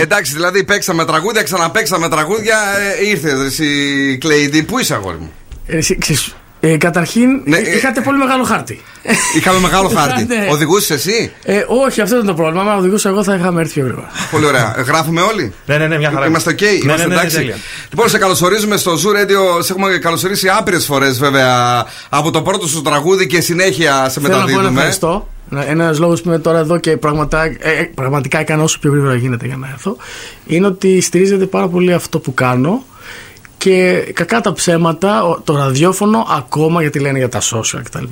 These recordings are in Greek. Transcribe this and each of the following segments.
Εντάξει, δηλαδή παίξαμε τραγούδια, ξαναπαίξαμε τραγούδια. Ε, ήρθε η Κλέιντι. Πού είσαι, αγόρι μου. Ε, εσύ, ξέρεις, ε, καταρχήν, Ναι, ε, ε, είχατε πολύ μεγάλο χάρτη. Είχαμε μεγάλο χάρτη. Ναι. Οδηγούσες εσύ. Ε, όχι, αυτό ήταν το πρόβλημα. Αν οδηγούσα εγώ, θα είχαμε έρθει πιο γρήγορα. Πολύ ωραία. Γράφουμε όλοι. Ναι, ναι, ναι, μια χαρά. Είμαστε οκ, Ναι, είμαστε ναι, ναι, εντάξει. τέλεια. λοιπόν, σε καλωσορίζουμε στο Zoo Radio. Σε έχουμε καλωσορίσει άπειρες φορές, βέβαια, από το πρώτο σου τραγούδι και συνέχεια σε Θέλω να πω ένα μεταδίδουμε. ευχαριστώ. Ένας λόγος που είμαι τώρα εδώ και πραγματά, ε, πραγματικά έκανα όσο πιο γρήγορα γίνεται για να έρθω είναι ότι στηρίζεται πάρα πολύ αυτό που κάνω και κακά τα ψέματα, ο- το ραδιόφωνο ακόμα γιατί λένε για τα social κτλ.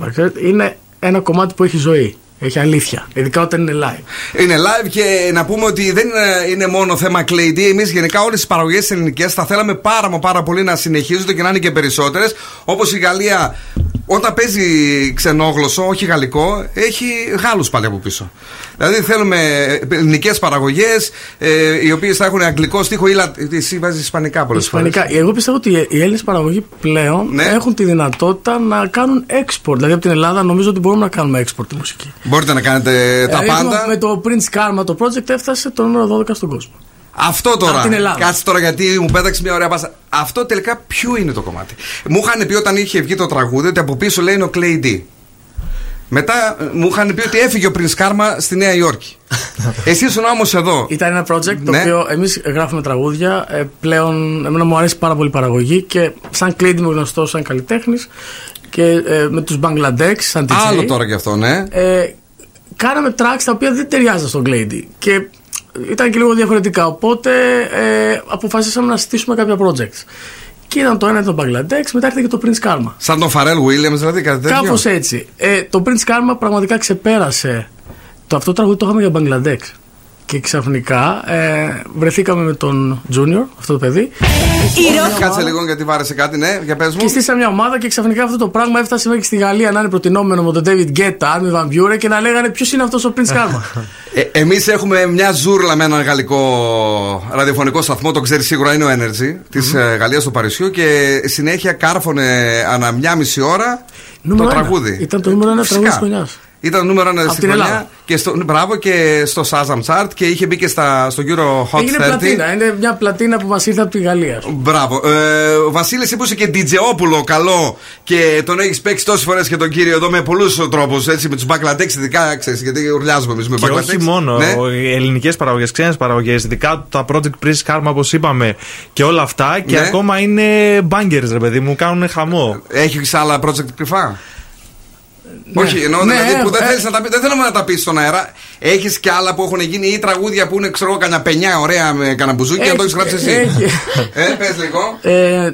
Είναι ένα κομμάτι που έχει ζωή. Έχει αλήθεια. Ειδικά όταν είναι live. Είναι live και να πούμε ότι δεν ε, είναι μόνο θέμα Clay D. Εμείς γενικά όλες τις παραγωγές ελληνικές θα θέλαμε πάρα μα πάρα πολύ να συνεχίζονται και να είναι και περισσότερες. Όπως η Γαλλία, όταν παίζει ξενόγλωσσο, όχι γαλλικό, έχει Γάλλους πάλι από πίσω. Δηλαδή θέλουμε ελληνικές παραγωγές, οι οποίες θα έχουν αγγλικό στίχο ή λα- εσύ βάζεις ισπανικά πολλές φορές. Ισπανικά. Εγώ πιστεύω ότι οι Έλληνες παραγωγοί πλέον Ναι. έχουν τη δυνατότητα να κάνουν export. Δηλαδή από την Ελλάδα νομίζω ότι μπορούμε να κάνουμε export τη μουσική. Μπορείτε να κάνετε τα Ε, πάντα. Με το Prince Karma το project έφτασε το νούμερο 12 στον κόσμο. Αυτό τώρα. Απ' την Ελλάδα. Κάτσε τώρα γιατί μου πέταξε μια ωραία πάσα. Αυτό τελικά ποιο είναι το κομμάτι. Μου είχαν πει όταν είχε βγει το τραγούδι ότι από πίσω λέει είναι ο Clay D. Μετά ε, μου είχαν πει ότι έφυγε ο Prince Karma στη Νέα Υόρκη. Εσύ ήσουν όμως εδώ. Ήταν ένα project το Ναι. οποίο εμείς γράφουμε τραγούδια. ε, Πλέον, εμένα μου αρέσει πάρα πολύ η παραγωγή και σαν κλείνει είμαι γνωστός σαν καλλιτέχνης και ε, με τους Bangladesh, σαν DJ. Άλλο τώρα κι αυτό, ναι. ε, κάναμε tracks τα οποία δεν ταιριάζαν στον Glady και ήταν και λίγο διαφορετικά. Οπότε ε, αποφασίσαμε να στήσουμε κάποια projects. Και ήταν το ένα ήταν το Bangladesh, μετά ήρθε και το Prince Karma. Σαν τον Φαρέλ Williams, δηλαδή κάτι τέτοιο. Κάπως έτσι. Ε, το Prince Karma πραγματικά ξεπέρασε. Το αυτό τραγούδι το είχαμε για Bangladesh. Και ξαφνικά ε, βρεθήκαμε με τον Junior, αυτό το παιδί, Κάτσε λίγο γιατί βάρεσε κάτι, ναι, για πες μου. και στήσαμε μια ομάδα και ξαφνικά αυτό το πράγμα έφτασε μέχρι στη Γαλλία να είναι προτινόμενο με τον David Guetta, Armin Van Buuren και να λέγανε ποιος είναι αυτός ο Prince Karma. Ε, Εμείς έχουμε μια ζούρλα με έναν γαλλικό ραδιοφωνικό σταθμό, το ξέρεις σίγουρα είναι ο Energy της mm Γαλλία του Παρισιού και συνέχεια κάρφωνε ανά μια μισή ώρα Νούμερο το ένα. τραγούδι. Ήταν το νούμερο ένα Φυσικά. τραγούδι της χρονιάς. Ήταν νούμερο ένα στην την χρονιά Ελλάδα. και στο, μπράβο, και στο Shazam Chart και είχε μπει και στα, στο Euro Hot Έγινε 30. πλατίνα. ε. Είναι μια πλατίνα που μα ήρθε από τη Γαλλία. Μπράβο. Ε, ο Βασίλης είπε και Ντιτζεόπουλο, καλό. Και τον έχεις παίξει τόσες φορές και τον κύριο εδώ με πολλούς τρόπους. Έτσι, με τους Μπαγκλαντέξ, ειδικά ξέρεις, γιατί ουρλιάζουμε εμείς με Ναι. Και Μπαγκλαντέξ. όχι μόνο οι ελληνικές παραγωγές, ξένες παραγωγές, ειδικά τα project Prince Karma όπως είπαμε και όλα αυτά. Και Ναι. ακόμα είναι bangers, ρε παιδί μου, κάνουν χαμό. Έχεις άλλα project κρυφά. Όχι, εννοώ Ναι, δηλαδή που δεν έχω, θέλει έχω. να τα πεις, δεν θέλουμε να τα πεις στον αέρα. Έχεις και άλλα που έχουν γίνει ή τραγούδια που είναι, ξέρω εγώ, κανένα πενιά ωραία με κανένα μπουζούκι, να το έχεις Έχει, γράψει εσύ. έχει. ε, πες λίγο. Ε, ε,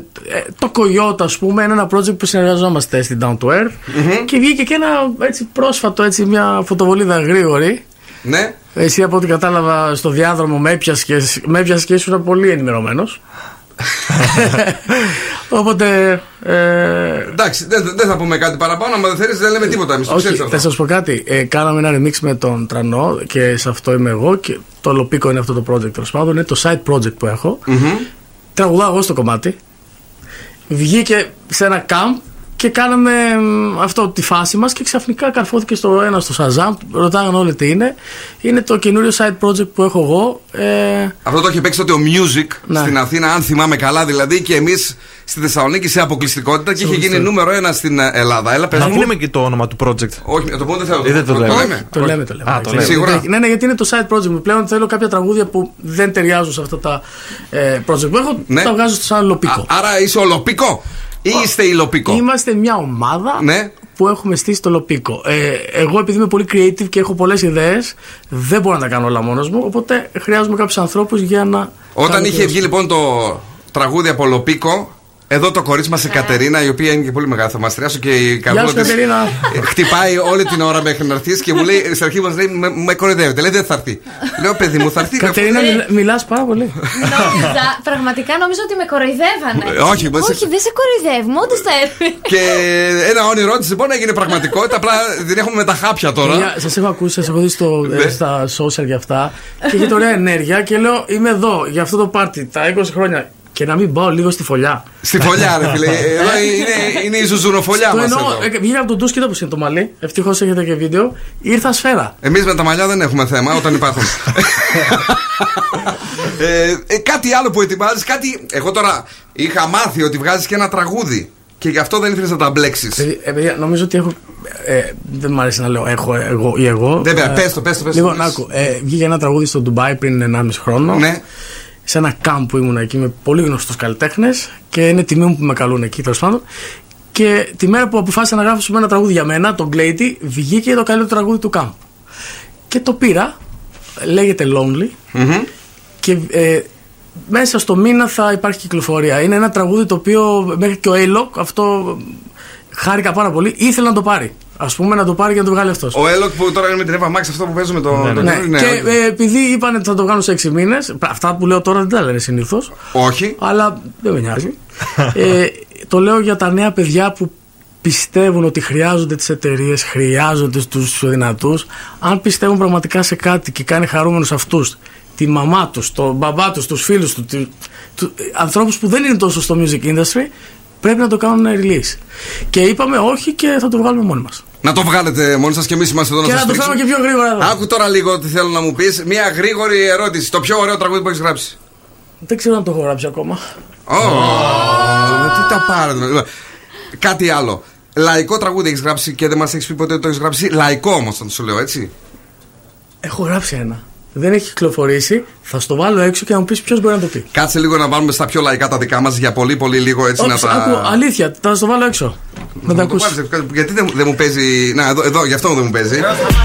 το Coyote, ας πούμε, είναι ένα project που συνεργαζόμαστε στην Down to Earth Mm-hmm. και βγήκε και ένα έτσι, πρόσφατο, έτσι, μια φωτοβολίδα γρήγορη. ναι. Εσύ από ό,τι κατάλαβα στο διάδρομο με έπιασες και, με έπιασες και ήσουν πολύ ενημερωμένος. Οπότε. Ε, Εντάξει, δεν, δεν θα πούμε κάτι παραπάνω, αλλά δεν θέλεις, δεν λέμε τίποτα. Εμείς το όχι, ξέρεις αυτό. θα σα πω κάτι. Ε, κάναμε ένα remix με τον Τρανό και σε αυτό είμαι εγώ. Και το Λοπίκο είναι αυτό το project τέλος πάντων. Είναι το side project που έχω. Mm. τραγουδάω εγώ στο κομμάτι. Βγήκε σε ένα camp και κάναμε μ, αυτό τη φάση μας και ξαφνικά καρφώθηκε στο ένα στο Shazam. Ρωτάγανε όλοι τι είναι. Είναι το καινούριο side project που έχω εγώ. Ε, Αυτό το έχει παίξει τότε ο Music Ναι. στην Αθήνα, αν θυμάμαι καλά δηλαδή, και εμείς στη Θεσσαλονίκη σε αποκλειστικότητα και είχε γίνει αποκλειστικότητα. νούμερο ένα στην Ελλάδα. Έλα, πες Να μου. πούμε και το όνομα του project. Όχι, να το πούμε δεν θέλω. Ε, δεν το λέμε. λέμε. το λέμε, το λέμε. Α, το εντάξει. λέμε. Σίγουρα. Ναι, ναι, γιατί είναι το side project μου. Πλέον θέλω κάποια τραγούδια που δεν ταιριάζουν σε αυτά τα ε, project που έχω. Ναι. Τα βγάζω σαν Α, λοπικό. Άρα είσαι ολοπικό ή είστε υλοπικό. Είμαστε μια ομάδα Ναι. που έχουμε στήσει το Λοπίκο. Ε, εγώ επειδή είμαι πολύ creative και έχω πολλές ιδέες, δεν μπορώ να τα κάνω όλα μόνος μου. Οπότε χρειάζομαι κάποιους ανθρώπους για να. Όταν κάνω είχε τη- βγει λοιπόν το τραγούδι από Λοπίκο, εδώ το κορίτσι μας η Κατερίνα, η οποία είναι και πολύ μεγάλη θαυμαστριά σου και η Γεια καρδούλα σου, της, Κατερίνα. ε, Χτυπάει όλη την ώρα μέχρι να έρθεις και μου λέει, στην αρχή μας λέει, με, με κοροϊδεύετε. Λέει δεν θα έρθει. Λέω παιδί μου, θα έρθει. Κατερίνα, Ε. μιλάς πάρα πολύ. Νόμιζα, πραγματικά νόμιζα ότι με Ε, κοροϊδεύανε. όχι, μα σε- όχι δεν σε κοροϊδεύουμε, όντω τα έρθει. Και ένα όνειρό της λοιπόν έγινε πραγματικότητα. Απλά την έχουμε με τα χάπια τώρα. Σας έχω ακούσει, σας έχω δει στο, ε, Ναι. στα social και αυτά. Και έχετε ωραία ενέργεια και λέω είμαι εδώ για αυτό το πάρτι τα 20 χρόνια. και να μην πάω λίγο στη φωλιά. Στη φωλιά, ρε φίλε. Εδώ είναι, είναι η ζουζουνοφωλιά Το μας. εννοώ, ε, βγήκα από τον ντους, κοίτα πώ είναι το μαλλί. Ευτυχώς έχετε και βίντεο. Ήρθα σφαίρα. Εμείς με τα μαλλιά δεν έχουμε θέμα όταν υπάρχουν. ε, ε, κάτι άλλο που ετοιμάζεις, κάτι. Εγώ τώρα είχα μάθει ότι βγάζεις και ένα τραγούδι. Και γι' αυτό δεν ήθελες να τα μπλέξεις. Παιδί- ε, παιδιά, νομίζω ότι έχω. ε, δεν μου αρέσει να λέω έχω εγώ ή εγώ. Δεν πειράζει, Ε, πες το, πες το, πες το. Λοιπόν, άκου. Ε, βγήκε ένα τραγούδι στο Ντουμπάι πριν 1,5 χρόνο. Ναι. Σε ένα κάμπ που ήμουν εκεί με πολύ γνωστούς καλλιτέχνες και είναι τιμή μου που με καλούν εκεί τέλος πάντων. Και τη μέρα που αποφάσισα να γράψουμε ένα τραγούδι για μένα, τον Κλέιτη, βγήκε το καλύτερο τραγούδι του κάμπ. Και το πήρα. Λέγεται Lonely. Μμμ. Και ε, μέσα στο μήνα θα υπάρχει κυκλοφορία. Είναι ένα τραγούδι το οποίο μέχρι και ο A-Lock αυτό ε, χάρηκα πάρα πολύ. Ήθελε να το πάρει. Ας πούμε να το πάρει και να το βγάλει αυτός. Ο Έλοκ που τώρα είναι με την Εύα Μάξ, αυτό που παίζουμε το. Ναι, το- Ναι. ναι, και όχι. ε, επειδή είπαν ότι θα το κάνω σε 6 μήνες, αυτά που λέω τώρα δεν τα λένε συνήθως, Όχι. αλλά δεν με νοιάζει. ε, το λέω για τα νέα παιδιά που πιστεύουν ότι χρειάζονται τις εταιρείες, χρειάζονται τους δυνατούς. Αν πιστεύουν πραγματικά σε κάτι και κάνει χαρούμενους αυτούς, τη μαμά τους, τον μπαμπά τους, τους φίλους του, τη- του ανθρώπους που δεν είναι τόσο στο music industry, πρέπει να το κάνουν release. Και είπαμε όχι και θα το βγάλουμε μόνοι μας. Να το βγάλετε μόνοι σας και εμείς είμαστε εδώ Και να να σα το φάμε και πιο γρήγορα εδώ. Άκου τώρα λίγο τι θέλω να μου πεις. Μία γρήγορη ερώτηση. Το πιο ωραίο τραγούδι που έχεις γράψει. Δεν ξέρω αν το έχω γράψει ακόμα. Ω, με Τι τα πάρετε. Κάτι άλλο. Λαϊκό τραγούδι έχεις γράψει και δεν μας έχεις πει ποτέ ότι το έχεις γράψει. Λαϊκό όμως, θα σου λέω έτσι. Έχω γράψει ένα. Δεν έχει κυκλοφορήσει. Θα στο βάλω έξω και να μου πεις ποιος μπορεί να το πει. Κάτσε λίγο να βάλουμε στα πιο λαϊκά τα δικά μας για πολύ πολύ λίγο έτσι Όχι, να τα. άκου, αλήθεια, θα στο βάλω έξω. Να τα Να το ακούσει. πάρεις, ε, γιατί δεν, δεν μου παίζει. Να, εδώ, εδώ, γι' αυτό δεν μου παίζει.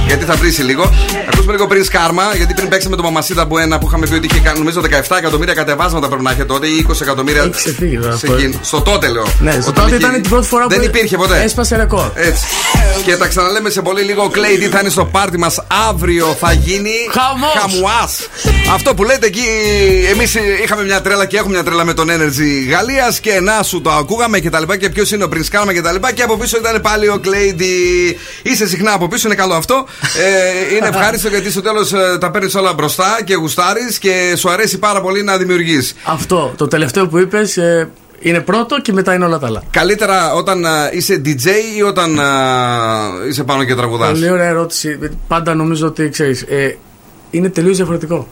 γιατί θα βρεις λίγο. Ακούσουμε λίγο πριν σκάρμα, γιατί πριν παίξαμε το Μαμασίδα που ένα που είχαμε πει ότι είχε κάνει, νομίζω 17 εκατομμύρια κατεβάσματα πρέπει να είχε τότε ή 20 εκατομμύρια. Έχει ξεφύγει, βέβαια, σε αυτό. εκείνο. Στο τότε λέω. Ναι, στο Όταν τότε είχε- ήταν την πρώτη φορά Δεν που υπήρχε ποτέ. Έσπασε ρεκόρ. Έτσι. Και τα ξαναλέμε σε πολύ λίγο. Ο Clay D θα είναι στο πάρτι μας. Αύριο θα γίνει. Χαμός. χαμουάς. Αυτό που λέτε εκεί. Εμείς είχαμε μια τρέλα και έχουμε μια τρέλα με τον Energy Γαλλίας. Και να σου το ακούγαμε και τα λοιπά. Και ποιος είναι ο Prince Karma και τα λοιπά. Και από πίσω ήταν πάλι ο Clay D. Είσαι συχνά από πίσω, είναι καλό αυτό. Ε, είναι ευχάριστο γιατί στο τέλος τα παίρνεις όλα μπροστά και γουστάρεις και σου αρέσει πάρα πολύ να δημιουργείς. Αυτό, το τελευταίο που είπες είναι πρώτο και μετά είναι όλα τα άλλα. Καλύτερα όταν α, είσαι DJ ή όταν α, είσαι πάνω και τραγουδάς. Πολύ ωραία ερώτηση. Πάντα νομίζω ότι ξέρεις. Ε, είναι τελείως διαφορετικό.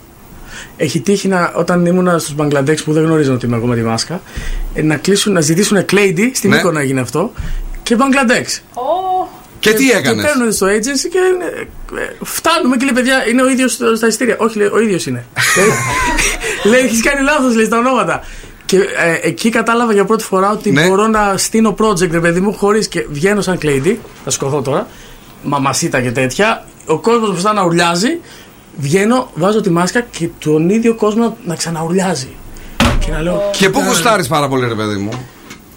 Έχει τύχει να, όταν ήμουν στου Μπαγκλαντέξ που δεν γνωρίζουν ότι είμαι εγώ με τη μάσκα, ε, να, κλείσουν, να ζητήσουν κλέιντι, στην Ναι. Μύκονα έγινε αυτό, και Μπαγκλαντέξ. Και τι έκανε. Και παίρνουν στο agency και είναι, ε, φτάνουμε και λέει παιδιά είναι ο ίδιος στα ειστήρια. Όχι, λέει, ο ίδιος είναι. Ε, λέει, έχεις κάνει λάθος, λέει στα ονόματα. Και ε, εκεί κατάλαβα για πρώτη φορά ότι Ναι. μπορώ να στείλω project, ρε παιδί μου, χωρίς και βγαίνω σαν κλέιντι. Θα σκοθώ τώρα. Μαμασίτα και τέτοια. Ο κόσμος μπροστά να ουρλιάζει. Βγαίνω, βάζω τη μάσκα και τον ίδιο κόσμο να, να ξαναουρλιάζει. Και να λέω. Και πού «Κοίτα, γουστάρεις πάρα πολύ, ρε παιδί μου.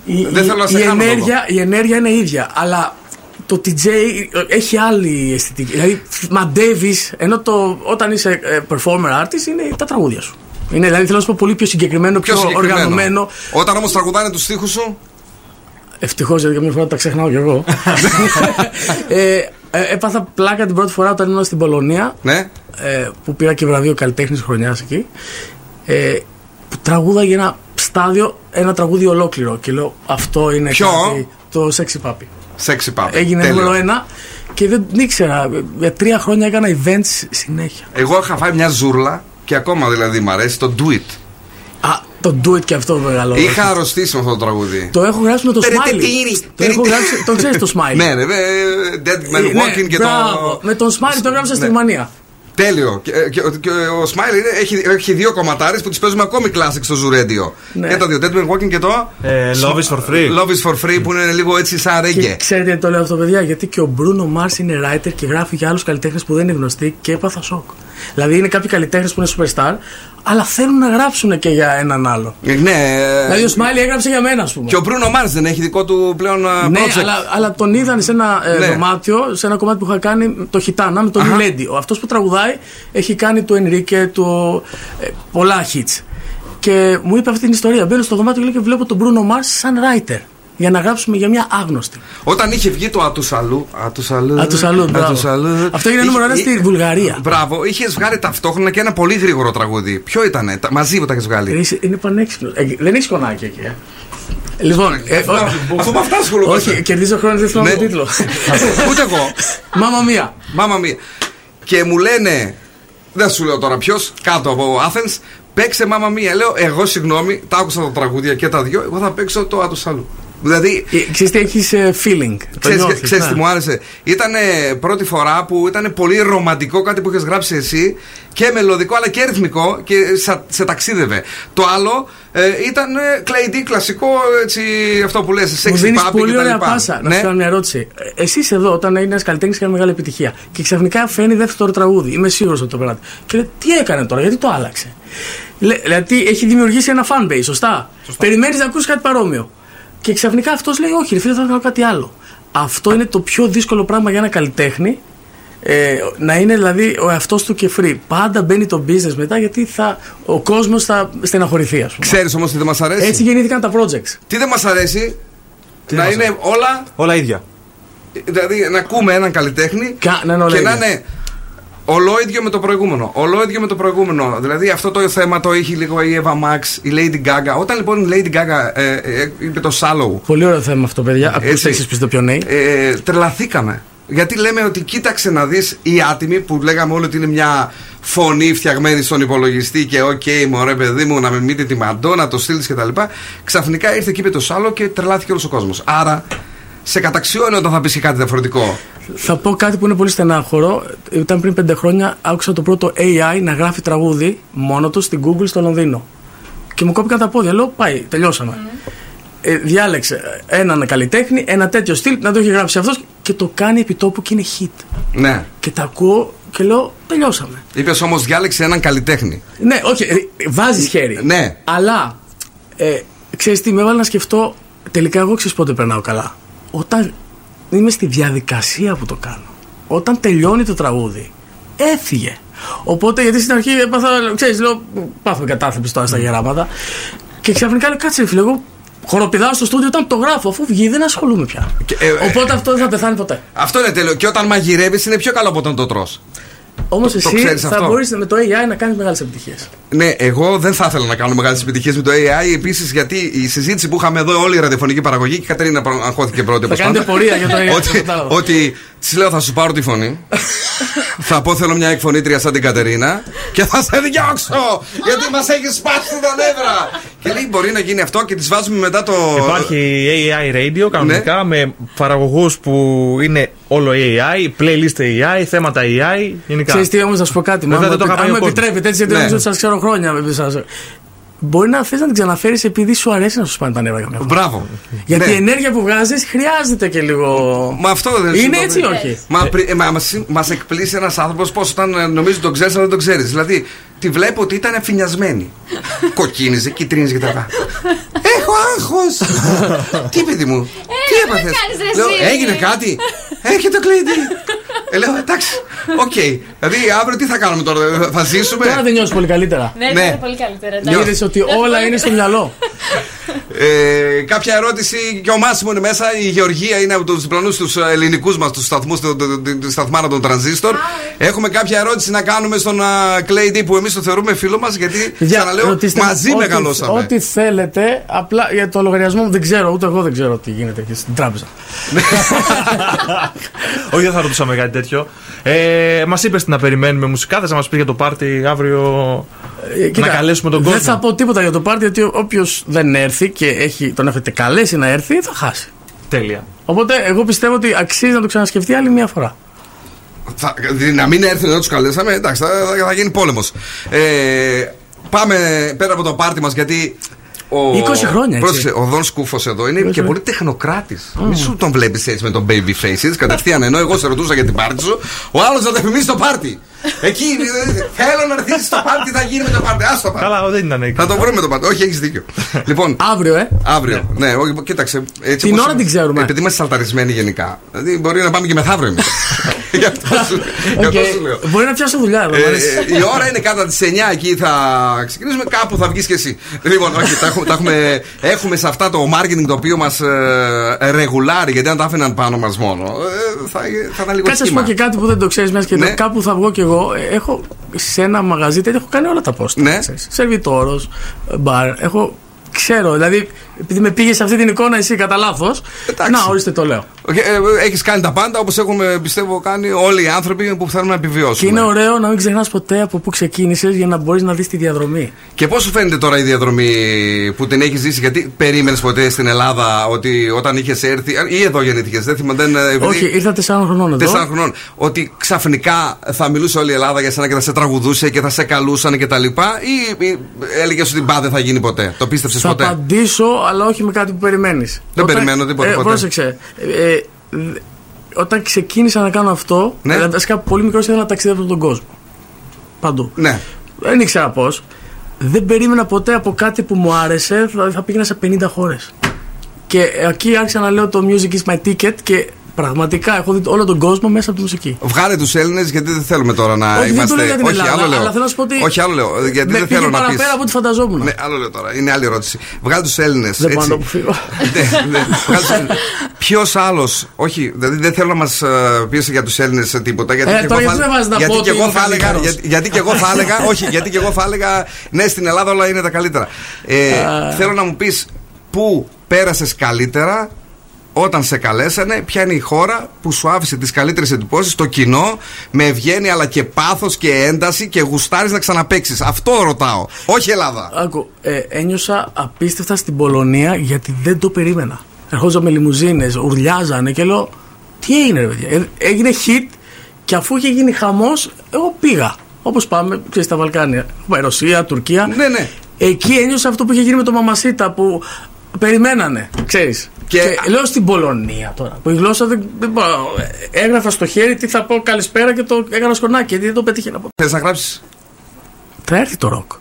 η, Δεν η- θέλω να σε η χάνω ενέργεια, η ενέργεια είναι ίδια, αλλά το TJ έχει άλλη αισθητική. Δηλαδή, μαντεύεις, ενώ το, όταν είσαι ε, performer artist είναι τα τραγούδια σου. Είναι, δηλαδή, θέλω να σου πω πολύ πιο συγκεκριμένο, πιο, Πιο συγκεκριμένο. οργανωμένο. Όταν όμως τραγουδάνε τους στίχους σου. Ευτυχώς, γιατί δηλαδή, καμιά φορά τα ξεχνάω κι εγώ. ε, ε, έπαθα πλάκα την πρώτη φορά όταν ήμουν στην Πολωνία Ναι. ε, που πήρα και βραβείο καλλιτέχνης χρονιάς εκεί. Ε, που τραγούδαγε ένα στάδιο, ένα τραγούδι ολόκληρο. Και λέω, αυτό είναι Ποιο? κάτι. Το Sexy Puppy. Σεξι πάπ. Έγινε νούμερο ένα και δεν ήξερα. Για τρία χρόνια έκανα events συνέχεια. Εγώ είχα φάει μια ζούρλα και ακόμα δηλαδή μ' αρέσει το do it. Α, το do it και αυτό μεγάλο. Είχα αρρωστήσει με αυτό το τραγούδι. Το έχω γράψει με το Τερε, smiley. τετήρι, Το έχω τερε. γράψει, το ξέρεις το smiley. Ναι, ρε, ε, Dead Man Ε, ναι, Walking και μπράβο. το. Με τον smiley το έγραψα στη Ναι. Γερμανία. Τέλειο. Και, ε, και ο- και ο Smile είναι- έχει, έχει δύο κομματάρες που τις παίζουμε ακόμη classic στο Ζουρέντιο. Ναι. Και τα δύο. Dead Man Walking και το. Ε, love is for free. Love is for free που είναι λίγο έτσι σαν Και ρέγγε. ξέρετε γιατί το λέω αυτό, παιδιά, γιατί και ο Μπρούνο Μάρ είναι writer και γράφει για άλλους καλλιτέχνες που δεν είναι γνωστοί και έπαθα σοκ. Δηλαδή είναι κάποιοι καλλιτέχνες που είναι superstar, αλλά θέλουν να γράψουν και για έναν άλλο. Ε, Ναι. ε, Δηλαδή ο Smiley έγραψε για μένα, ας πούμε. Και ο Bruno Mars δεν έχει δικό του πλέον α, Ναι, project. αλλά, αλλά τον είδαν σε ένα ε, Ναι. δωμάτιο, σε ένα κομμάτι που είχα κάνει το Χιτάνα με τον Αχα. Μιλέντι. Ο αυτός που τραγουδάει έχει κάνει του Ενρίκε, του, ε, πολλά hits. Και μου είπε αυτή την ιστορία. Μπαίνω στο δωμάτιο λέει, και βλέπω τον Μπρούνο Μάρ σαν writer. για να γράψουμε για μια άγνωστη. Όταν είχε βγει το Ατουσαλού. Ατουσαλού. Ατουσαλού, μπράβο. Αυτό έγινε νούμερο ένας είχε- Ε, στη Βουλγαρία. Μπράβο, είχες βγάλει ταυτόχρονα και ένα πολύ γρήγορο τραγούδι. Ποιο ήταν, μαζί που τα έχει βγάλει. Είσαι- Είναι πανέξυπνο. Ε, δεν έχεις κονάκι εκεί. ε. Λοιπόν, ε, ο- Αυτό με αυτά ασχολούμαστε. όχι, κερδίζω χρόνο, δεν θυμάμαι Ναι. τον τίτλο. Ούτε εγώ. Μάμα μία. Μάμα μία. Και μου λένε, δεν σου λέω τώρα ποιος, κάτω από Athens, παίξε μάμα μία. Λέω, εγώ συγγνώμη, τα άκουσα τα τραγούδια και τα δυο, εγώ θα παίξω το Ατουσαλού. Δηλαδή, Ξέρεις τι έχεις ε, feeling. Το Ξέρεις, νιώθεις, ξέρεις ναι. τι μου άρεσε. Ήταν πρώτη φορά που ήταν πολύ ρομαντικό κάτι που είχες γράψει εσύ και μελωδικό αλλά και ρυθμικό και σα- σε ταξίδευε. Το άλλο ε, ήταν ε, Clay D, κλασικό έτσι, αυτό που λες, Μου sexy δίνεις puppy πολύ κτλ. ωραία πάσα. Να Ναι. σου κάνω μια ερώτηση. Εσύ εδώ, όταν είναι ένα καλλιτέχνη και κάνει μεγάλη επιτυχία και ξαφνικά φαίνει δεύτερο τραγούδι, είμαι σίγουρος ότι το πελάτη. Και λέει, τι έκανε τώρα, γιατί το άλλαξε. Λε- Δηλαδή έχει δημιουργήσει ένα fanbase, σωστά. Περιμένεις να ακούσει κάτι παρόμοιο. Και ξαφνικά αυτός λέει, Όχι, ρε φίλε, θα κάνω κάτι άλλο. Αυτό είναι το πιο δύσκολο πράγμα για ένα καλλιτέχνη. Ε, να είναι δηλαδή ο εαυτός του και free. Πάντα μπαίνει το business μετά γιατί θα, ο κόσμος θα στεναχωρηθεί, ας πούμε. Ξέρεις όμως τι δεν μας αρέσει. Έτσι γεννήθηκαν τα projects. Τι δεν μας αρέσει Τι να μας είναι όλα, Όλα ίδια. δηλαδή να ακούμε έναν καλλιτέχνη Κα- να είναι όλα και να ίδια. είναι Ολόιδιο με το προηγούμενο. Ολόιδιο με το προηγούμενο. Δηλαδή αυτό το θέμα το είχε λίγο η Eva Max, η Lady Gaga. Όταν λοιπόν η Lady Gaga ε, ε, είπε το Shallow, Πολύ ωραίο θέμα αυτό, παιδιά. Έτσι. Ακούστε εσεί που είστε πιο νέοι. ε, τρελαθήκαμε. Γιατί λέμε ότι κοίταξε να δεις οι άτιμοι που λέγαμε όλοι ότι είναι μια φωνή φτιαγμένη στον υπολογιστή και οκ, μωρέ παιδί μου, να με μείνετε τη μαντόνα, το στείλεις κτλ. Ξαφνικά ήρθε και είπε το σάλο και τρελάθηκε όλος ο κόσμος. Άρα σε καταξιώνει όταν θα πεις και κάτι διαφορετικό. Θα πω κάτι που είναι πολύ στενάχωρο. Ήταν πριν πέντε χρόνια, άκουσα το πρώτο AI να γράφει τραγούδι μόνο του στην Google στο Λονδίνο. Και μου κόπηκαν τα πόδια. Λέω, πάει, τελειώσαμε. Ε, διάλεξε έναν καλλιτέχνη, ένα τέτοιο στυλ, να το έχει γράψει αυτός και το κάνει επί τόπου και είναι hit. Ναι. Και τα ακούω και λέω, τελειώσαμε. Είπες όμως διάλεξε έναν καλλιτέχνη. Ναι, όχι, βάζεις χέρι. Ναι. Αλλά ε, ξέρεις τι, με έβαλε να σκεφτώ. Τελικά, εγώ ξέρεις πότε περνάω καλά. Όταν είμαι στη διαδικασία που το κάνω. Όταν τελειώνει το τραγούδι, έφυγε. Οπότε, γιατί στην αρχή έπαθα, ξέρεις, λέω, πάθω κατάθλιψη τώρα Ναι. στα γεράματα. Και ξαφνικά λέω, κάτσε, ρε φίλε, εγώ χοροπηδάω στο στούντιο όταν το γράφω. Αφού βγει, δεν ασχολούμαι πια. Και, ε, ε, Οπότε αυτό δεν θα πεθάνει ποτέ. Αυτό είναι τέλειο. Και όταν μαγειρεύεις είναι πιο καλό από όταν το τρως. Όμως το εσύ ξέρεις θα αυτό. μπορείς με το AI να κάνεις μεγάλες επιτυχίες. Ναι, εγώ δεν θα ήθελα να κάνω μεγάλες επιτυχίες με το AI. Επίσης, γιατί η συζήτηση που είχαμε εδώ όλη η ραδιοφωνική παραγωγή και η Κατερίνα προ- αγχώθηκε πρώτη Θα όπως κάνετε πάντα. πορεία για το AI. το ότι, κατάλαβα. ότι της λέω θα σου πάρω τη φωνή. θα πω θέλω μια εκφωνήτρια σαν την Κατερίνα και θα σε διώξω! γιατί μας έχεις σπάσει τα νεύρα! και λέει μπορεί να γίνει αυτό και τη βάζουμε μετά το. Υπάρχει AI radio κανονικά με παραγωγούς που είναι όλο AI, playlist AI, θέματα AI. Γενικά. Ξέρεις τι όμως να σου πω κάτι. Βέβαια, Μάλλον, δεν αν το αγαπάει μου ο κόσμος. επιτρέπετε έτσι, γιατί Ναι. νομίζω ότι σας ξέρω χρόνια. με σας. Μπορεί να θες να την ξαναφέρεις επειδή σου αρέσει να σου σπάνε τα νεύρα καμιά φορά. Μπράβο. Γιατί Ναι. η ενέργεια που βγάζεις χρειάζεται και λίγο... Μα αυτό δεν Είναι σου έτσι ή το- όχι. Μα, πρι- ε, μα, μας- μας εκπλήσει ένας άνθρωπος πώ όταν ε, νομίζω τον ξέρεις, αλλά δεν τον ξέρεις. Δηλαδή, τη βλέπω ότι ήταν αφινιασμένη. Κοκκίνιζε, κυτρίνιζε κτλ. Έχω άγχος! Τι παιδί μου, τι τι έπαθε. Ε, κάνεις, ρε, εσύ. Έγινε κάτι. Έχει το κλειδί. Ε, λέω εντάξει, οκ. Δηλαδή αύριο τι θα κάνουμε τώρα, θα ζήσουμε. Τώρα δεν νιώσεις πολύ καλύτερα. Ναι, Ναι. ήταν πολύ καλύτερα. Νιώ- εντάξει. Είδες ότι όλα είναι στο μυαλό. Ε, κάποια ερώτηση και ο Μάσιμο είναι μέσα. Η Γεωργία είναι από τους διπλανούς τους ελληνικούς μας, τους σταθμούς, τη σταθμάνα των τρανζίστορ. Έχουμε κάποια ερώτηση να κάνουμε στον Κλέιντι που εμείς το θεωρούμε φίλο μας, γιατί Παιδιά, ξαναλέω, ρωτήστε με μαζί ό,τι- μεγαλώσαμε. Ό,τι θέλετε, απλά για το λογαριασμό μου δεν ξέρω, ούτε εγώ δεν ξέρω τι γίνεται εκεί στην τράπεζα. Όχι, δεν θα ρωτούσαμε κάτι τέτοιο. Ε, μας είπες να περιμένουμε μουσικά, θε να μας πεις για το πάρτι αύριο. Ε, κοίτα, Να καλέσουμε τον κόσμο. Δεν θα πω τίποτα για το πάρτι, γιατί όποιος δεν έρθει και έχει, τον έχετε καλέσει να έρθει, θα χάσει. Τέλεια. Οπότε εγώ πιστεύω ότι αξίζει να το ξανασκεφτεί άλλη μια φορά. Θα- δηλαδή, να μην έρθουν να τους καλέσαμε, εντάξει, θα, θα- θα γίνει πόλεμος. Ε, πάμε πέρα από το πάρτι μας, γιατί. Ο... 20 χρόνια, έτσι. Πρόσεξε, ο Δον Σκούφος εδώ είναι και χρόνια. πολύ τεχνοκράτης. Μη σου τον βλέπεις έτσι με τον baby face, έτσι, κατευθείαν. Ενώ εγώ σε ρωτούσα για την πάρτι σου, ο άλλος θα τα θυμίσει το πάρτι. Εκεί ε, θέλω να έρθεις στο πάρτι, θα γίνει με το πάρτι. Άστο πάρτι. Καλά, δεν ήταν εκεί. Θα το βρούμε το πάρτι. Όχι, έχεις δίκιο. λοιπόν, Αύριο, ε. αύριο. Ναι, όχι, κοίταξε. Έτσι Την όπως- ώρα την ξέρουμε. Επειδή είμαστε σαλταρισμένοι γενικά. Δηλαδή μπορεί να πάμε και μεθαύριο εμείς. Γι' αυτό σου- γι' αυτό Οκ. σου λέω. Ε, Μπορεί να πιάσω δουλειά, εδώ, μ' Ε, αρέσει. ε, η ώρα είναι κάτω από τι 9 εκεί θα ξεκινήσουμε. Κάπου θα βγεις και εσύ. Λοιπόν, όχι, τα έχουμε, τα έχουμε, έχουμε σε αυτά το marketing το οποίο μας ε, ρεγουλάρει, γιατί αν τα άφηναν πάνω μας μόνο, ε, θα, θα ήταν λίγο Κάτσε να σου πω σχήμα. και κάτι που δεν το ξέρεις, μιας και Ναι. το- κάπου θα βγω κι εγώ. Ε, Έχω σε ένα μαγαζί τέτοιο, έχω κάνει όλα τα πόστα. Ναι. Σερβιτόρος, μπαρ. Έχω, ξέρω, δηλαδή, επειδή με πήγες σε αυτή την εικόνα εσύ κατά λάθος. Εντάξει. Να, ορίστε το λέω. Έχει ε, κάνει τα πάντα όπως έχουμε πιστεύω κάνει όλοι οι άνθρωποι που θέλουν να επιβιώσουν. Και είναι ωραίο να μην ξεχνάς ποτέ από πού ξεκίνησες για να μπορείς να δεις τη διαδρομή. Και πώς σου φαίνεται τώρα η διαδρομή που την έχεις ζήσει, Γιατί περίμενες ποτέ στην Ελλάδα ότι όταν είχες έρθει. ή εδώ γεννήθηκες, δεν θυμάμαι. Δεν, ε, επειδή- Όχι, ήρθα 4 χρονών εδώ. τεσσάρων χρονών. Ότι ξαφνικά θα μιλούσε όλη η Ελλάδα για σένα και θα σε τραγουδούσε και θα σε καλούσαν και τα λοιπά. Ή, ή έλεγες ότι μπα δεν θα γίνει ποτέ. Το πίστεψες Θα ποτέ. απαντήσω, αλλά όχι με κάτι που περιμένεις. Δεν περιμένω τίποτα, Ε, ποτέ. πρόσεξε. Ε, ε, δ- όταν ξεκίνησα να κάνω αυτό, Ναι. δηλαδή, βασικά πολύ μικρό ήθελα να ταξιδεύω τον κόσμο. Παντού. Ναι. Δεν ήξερα πώς. Δεν περίμενα ποτέ από κάτι που μου άρεσε, δηλαδή θα πήγαινα σε 50 χώρες. Και εκεί άρχισα να λέω το music is my ticket και πραγματικά έχω δει όλο τον κόσμο μέσα από τη μουσική. Βγάλε τους Έλληνες γιατί δεν θέλουμε τώρα να Όχι, δεν το είμαστε. λέω για την όχι, Ελλάδα, άλλο λέω. αλλά θέλω να σου πω ότι Όχι, άλλο λέω. Γιατί Με δεν πήγε θέλω να πει. παραπέρα από ό,τι φανταζόμουν. Ναι, άλλο λέω τώρα. Είναι άλλη ερώτηση. Βγάλε τους Έλληνες. δεν μπορώ να το αποφύγω. Ναι, Ποιος άλλος, όχι, δηλαδή δεν θέλω να μας πείσει για τους Έλληνες τίποτα. Γιατί Ε, και τώρα εγώ γιατί θα- δεν βάζεις να γιατί πω και ότι εγώ είναι θα έλεγα. καλύτερος. γιατί- Γιατί και εγώ θα έλεγα, όχι, γιατί και εγώ θα έλεγα, ναι, στην Ελλάδα όλα είναι τα καλύτερα. Ε, θέλω να μου πεις πού πέρασες καλύτερα όταν σε καλέσανε, ποια είναι η χώρα που σου άφησε τις καλύτερες εντυπώσεις, το κοινό, με ευγένεια αλλά και πάθος και ένταση και γουστάρεις να ξαναπέξει. Αυτό ρωτάω. Όχι Ελλάδα. Άκου, ε, ένιωσα απίστευτα στην Πολωνία γιατί δεν το περίμενα. Ερχόντουσαν με λιμουζίνες, ουρλιάζανε και λέω: Τι έγινε, ρε παιδιά. Ε, Έγινε hit και αφού είχε γίνει χαμός, εγώ πήγα. Όπως πάμε, ξέρεις, στα Βαλκάνια. Έχουμε πάει Ρωσία, Τουρκία. Ναι, ναι. Εκεί ένιωσα αυτό που είχε γίνει με το Μαμασίτα που περιμένανε, ξέρεις. Και- Και... λέω στην Πολωνία τώρα. Που η γλώσσα δεν, δεν μπορώ. ε, Έγραφα στο χέρι τι θα πω καλησπέρα και το έκανα σκονάκι. Γιατί δεν το πετύχε να πω. Θες να γράψεις. Θα έρθει το ροκ.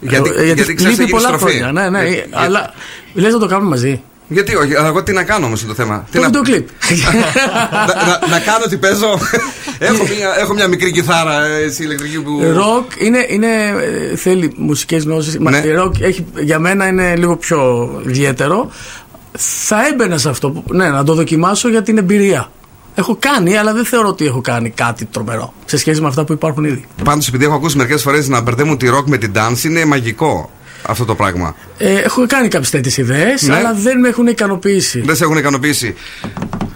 Γιατί- Ε, γιατί ξέρεις, έχει λείπει πολλά στροφή. χρόνια. Ναι, ναι, Γιατί- αλλά λες να το κάνουμε μαζί. Γιατί όχι, αλλά εγώ τι να κάνω όμως είναι το θέμα. Τι Το να... βίντεο κλιπ. να, να- να κάνω τι παίζω. έχω, μια, έχω μια μικρή κιθάρα ε, έτσι, ηλεκτρική που. Ροκ είναι, είναι, ε, θέλει μουσικές γνώσεις. Μα, Ναι. ε, Ροκ έχει, για μένα είναι λίγο πιο ιδιαίτερο. Θα έμπαινα σε αυτό. που- Ναι, να το δοκιμάσω για την εμπειρία. Έχω κάνει, αλλά δεν θεωρώ ότι έχω κάνει κάτι τρομερό σε σχέση με αυτά που υπάρχουν ήδη. Πάντως, επειδή έχω ακούσει μερικές φορές να μπερδεύουν τη ροκ με την dance, είναι μαγικό αυτό το πράγμα. Ε, έχω κάνει κάποιες τέτοιες ιδέες, Ναι. αλλά δεν με έχουν ικανοποιήσει. Δεν σε έχουν ικανοποιήσει.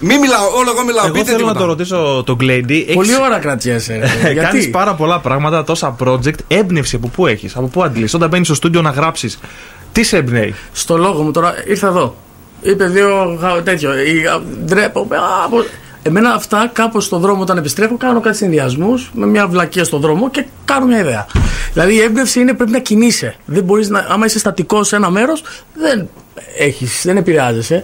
Μην μιλάω, όλο εγώ μιλάω. Εγώ πείτε θέλω να τίποτα. το ρωτήσω τον Κλέντι. Πολύ ώρα κρατιέσαι. ρε. Κάνει Γιατί πάρα πολλά πράγματα, τόσα project. Έμπνευση από πού έχεις, από πού αντλείς. Όταν μπαίνεις στο στούντιο να γράψεις, τι σε εμπνέει. στο λόγο μου τώρα ήρθα εδώ. Είπε δύο χα- τέτοιο. ή, α, Ντρέπομαι. α, απο- Εμένα αυτά κάπως στον δρόμο όταν επιστρέφω κάνω κάτι συνδυασμούς με μια βλακεία στον δρόμο και κάνω μια ιδέα. Δηλαδή η έμπνευση είναι πρέπει να κινείσαι. Δεν μπορείς να, άμα είσαι στατικός σε ένα μέρος, δεν, έχεις, δεν επηρεάζεσαι.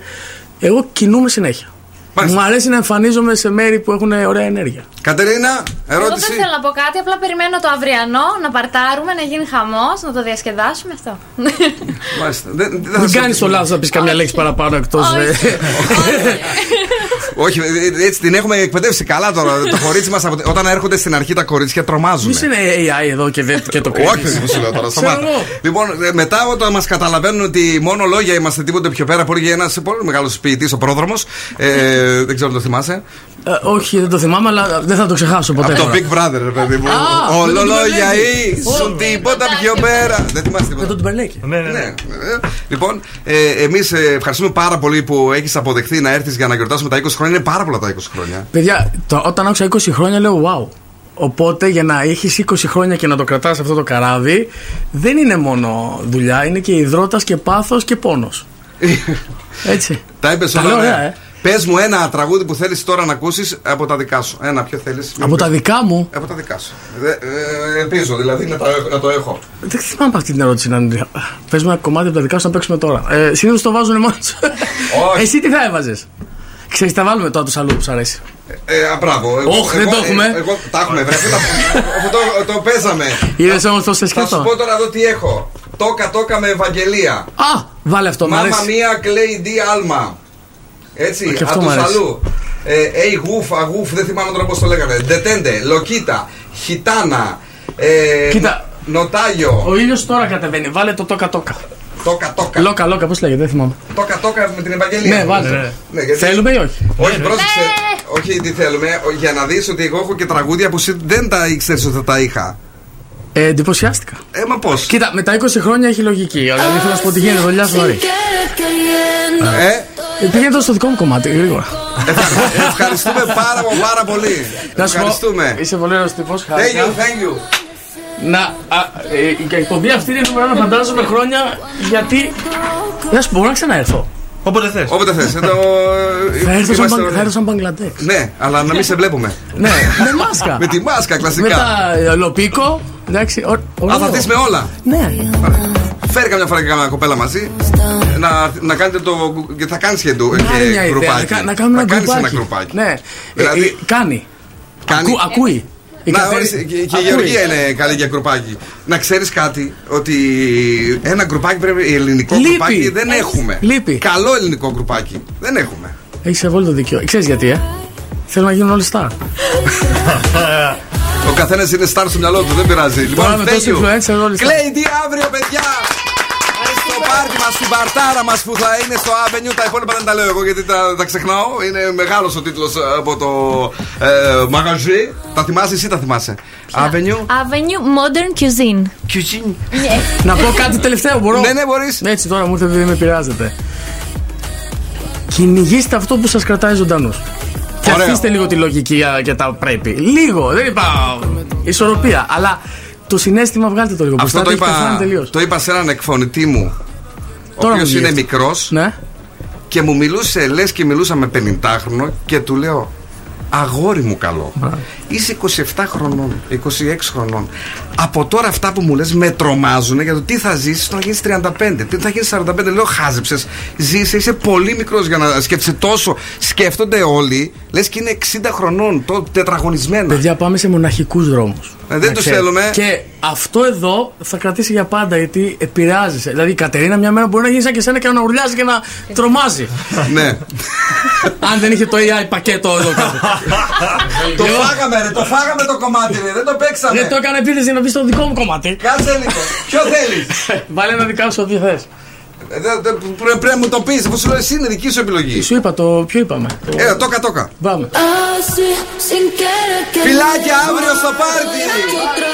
Εγώ κινούμαι συνέχεια. Μάλιστα. Μου αρέσει να εμφανίζομαι σε μέρη που έχουν ωραία ενέργεια. Κατερίνα, Εγώ ερώτηση. δεν θέλω να πω κάτι, απλά περιμένω το αυριανό να παρτάρουμε, να γίνει χαμός, να το διασκεδάσουμε αυτό. Μάλιστα. Δεν, δεν θα Μην σε- κάνεις το λάθος να πεις καμιά Όχι. λέξη παραπάνω ε. εκτό. Όχι. Όχι, ε, ε, έτσι την έχουμε εκπαιδεύσει καλά τώρα. το κορίτσι μας. Όταν έρχονται στην αρχή τα κορίτσια τρομάζουν. Μη είναι AI εδώ και, δεν- και το Όχι, κρίνεις. δεν σου λέω τώρα. Ξέρω Σταμάτα. εγώ. Λοιπόν, ε, μετά όταν μας καταλαβαίνουν ότι μόνο λόγια είμαστε τίποτε πιο πέρα, που έλεγε ένας πολύ μεγάλος ποιητής, ο πρόδρομος. Ε, δεν ξέρω αν το θυμάσαι. Ε, όχι, δεν το θυμάμαι, αλλά δεν θα το ξεχάσω ποτέ. Από το τώρα. Big Brother, ρε παιδί μου. Α, με Όλο τον λόγια Τιμερλέκη. ήσουν Ω. τίποτα πιο πέρα. Δεν θυμάσαι Με τίποτα. τον Τουμπερλέκη. Ναι, ναι, Ναι. ναι. ε, Λοιπόν, ε, εμείς ευχαριστούμε πάρα πολύ που έχεις αποδεχθεί να έρθεις για να γιορτάσουμε τα 20 χρόνια. Είναι πάρα πολλά τα 20 χρόνια. Παιδιά, το, όταν άκουσα 20 χρόνια λέω wow. Οπότε για να έχεις 20 χρόνια και να το κρατάς αυτό το καράβι, δεν είναι μόνο δουλειά, είναι και υδρότας και πάθος και πόνος. Έτσι. τα είπες Τα όλα. λέω, ναι. ε. Πες μου ένα τραγούδι που θέλεις τώρα να ακούσεις από τα δικά σου. Ένα, ποιο θέλεις. Από τα δικά μου. Από τα δικά σου. Ε, ε, ελπίζω δηλαδή να, τα- να το έχω. Δεν θυμάμαι αυτή την ερώτηση να είναι. Πες μου ένα κομμάτι από τα δικά σου να παίξουμε τώρα. Ε, Συνήθως το βάζουν μόνος. Όχι. Εσύ τι θα έβαζες. Ξέρεις, τα βάλουμε τώρα το σαλού που σου αρέσει. Ε, α, μπράβο. Όχι, δεν το έχουμε. ε, εγώ- τα έχουμε, βρε. αφού τα- αφού το- το παίζαμε. Είδες όμως το σε Θα σου σκέτο. πω τώρα εδώ τι έχω. Τόκα τόκα με Ευαγγελία. Α, βάλε αυτό, μ' Μάμα αρέσει. μία Clay D Alma. Έτσι, Και αυτό από μ' του αρέσει. αλλού. Ε, hey, Goof, Αγούφ, δεν θυμάμαι τώρα πώς το λέγανε. Detente, Λοκίτα, Χιτάνα. Ε, Κοίτα. Νο- Νοτάγιο, Ο ήλιος τώρα κατεβαίνει. Βάλε το τόκα τόκα. τόκα τόκα. Λόκα, λόκα, πώς λέγεται, δεν θυμάμαι. Τόκα τόκα με την Ευαγγελία. Ναι, βάλε. Ναι. το. Ναι, γιατί- Θέλουμε ή όχι. Όχι, πρόσεξε. Όχι, τι θέλουμε. Ο- Για να δεις ότι εγώ έχω και τραγούδια που συ- δεν τα ήξερες ότι θα τα είχα. Ε, εντυπωσιάστηκα. Ε, μα πώς. Κοίτα, με τα 20 χρόνια έχει λογική. Δηλαδή θέλω να σου πω ότι γίνεται δουλειά σοβαρή. Ε, Ε, Πήγαινε τώρα στο δικό μου κομμάτι, γρήγορα. ευχα- ευχαριστούμε πάρα, πάρα πολύ. Να σου πω, Ευχαριστούμε. Είσαι πολύ ωραίος τύπος. Thank you, thank you. Να. α, ε, Η εκπομπή αυτή είναι νούμερο ένα, φαντάζομαι χρόνια. Γιατί. Δεν σου μπορώ να ξαναέρθω. Όποτε θες. Όποτε θες. ε, το- Θα έρθω σαν είμαστε Μπαγ- ωραίοι. θα έρθω σαν Μπαγκλαντέ. Ναι, αλλά να μην σε βλέπουμε. Ναι, με μάσκα. με τη μάσκα, Με κλασικά. τα ε, λοπίκο. Εντάξει, ω- Α, ωραίο. θα δεις με όλα. Ναι. Φέρει καμιά φορά και καμιά κοπέλα μαζί. Να, να κάνετε το. και θα κάνεις και το. Να και μια ιδέα. να γκρουπάκι. κα- Να κάνουμε θα ένα κάνεις γκρουπάκι. ένα γκρουπάκι. Ναι. Ε, Δηλαδή- ε, Κάνει. Κάνει. Ακού- Ακούει. Η Να, Κατέρι- Ε, ορίστε, και, και η ακούει. Γεωργία είναι καλή για κρουπάκι. Να ξέρεις κάτι, ότι ένα κρουπάκι πρέπει. Ελληνικό Λείπει. κρουπάκι Ε, δεν έχουμε. Λείπει. Καλό ελληνικό κρουπάκι. Δεν έχουμε. Έχεις απόλυτο δίκιο. Ξέρεις γιατί, ε. Θέλω να γίνουν όλοι star. Ο καθένας είναι star στο μυαλό του, δεν πειράζει. Λοιπόν, Τώρα με thank τόσο you. influencer όλοι στα- Clay D αύριο, παιδιά! Στο πάρτι μας, στην παρτάρα μας που θα είναι στο Avenue. Τα υπόλοιπα δεν τα λέω εγώ γιατί τα, τα ξεχνάω. Είναι μεγάλος ο τίτλος από το ε, μαγαζί. Τα θυμάσαι, εσύ τα θυμάσαι. Avenue. Avenue Modern Cuisine. Να πω κάτι τελευταίο, μπορώ. Ε, Ναι, ναι, μπορείς. Έτσι τώρα μου ήρθε επειδή με πειράζετε. Κυνηγήστε αυτό που σας κρατάει ζωντανού. Και Ωραίο. αφήστε λίγο τη λογική α, και τα πρέπει. Λίγο, δεν είπα. ε, Ισορροπία. Αλλά το συνέστημα βγάλτε το λίγο. Αυτό μπροστά, το έχει πεθάνει είπα, τελείως. το είπα σε έναν εκφωνητή μου. Ο Τώρα μου οποίο είναι βγήκε. μικρός Ναι. και μου μιλούσε, λες και μιλούσα με 50χρονο και του λέω. Αγόρι μου καλό. Είσαι 27 χρονών, 26 χρονών. Από τώρα αυτά που μου λες με τρομάζουν για το τι θα ζήσεις όταν γίνεις 35, τι θα γίνεις 45. Λέω χάζεψες, ζήσε, είσαι πολύ μικρός για να σκέφτεσαι τόσο. Σκέφτονται όλοι, λες και είναι 60 χρονών, το τετραγωνισμένα. Παιδιά, πάμε σε μοναχικούς δρόμους. Ε, δεν τους θέλουμε. Και αυτό εδώ θα κρατήσει για πάντα γιατί επηρεάζει. Δηλαδή η Κατερίνα μια μέρα μπορεί να γίνει σαν και σένα και να ουρλιάζει και να τρομάζει. ναι. Αν δεν είχε το AI πακέτο εδώ κάτω. το φάγαμε ρε, το φάγαμε το κομμάτι ρε, δεν το παίξαμε. Δεν Ε, το έκανα επίθεση να μπει στο δικό μου κομμάτι. Κάτσε λίγο. Ποιο Ε, θέλεις. Βάλε ένα δικά σου ό,τι θες. Πρέπει να μου το πεις. Αφού σου λέω εσύ είναι δική σου επιλογή. Σου είπα το. Ποιο είπαμε. Το... Ε, τόκα τόκα. Πάμε. Φιλάκια αύριο στο πάρτι. Otro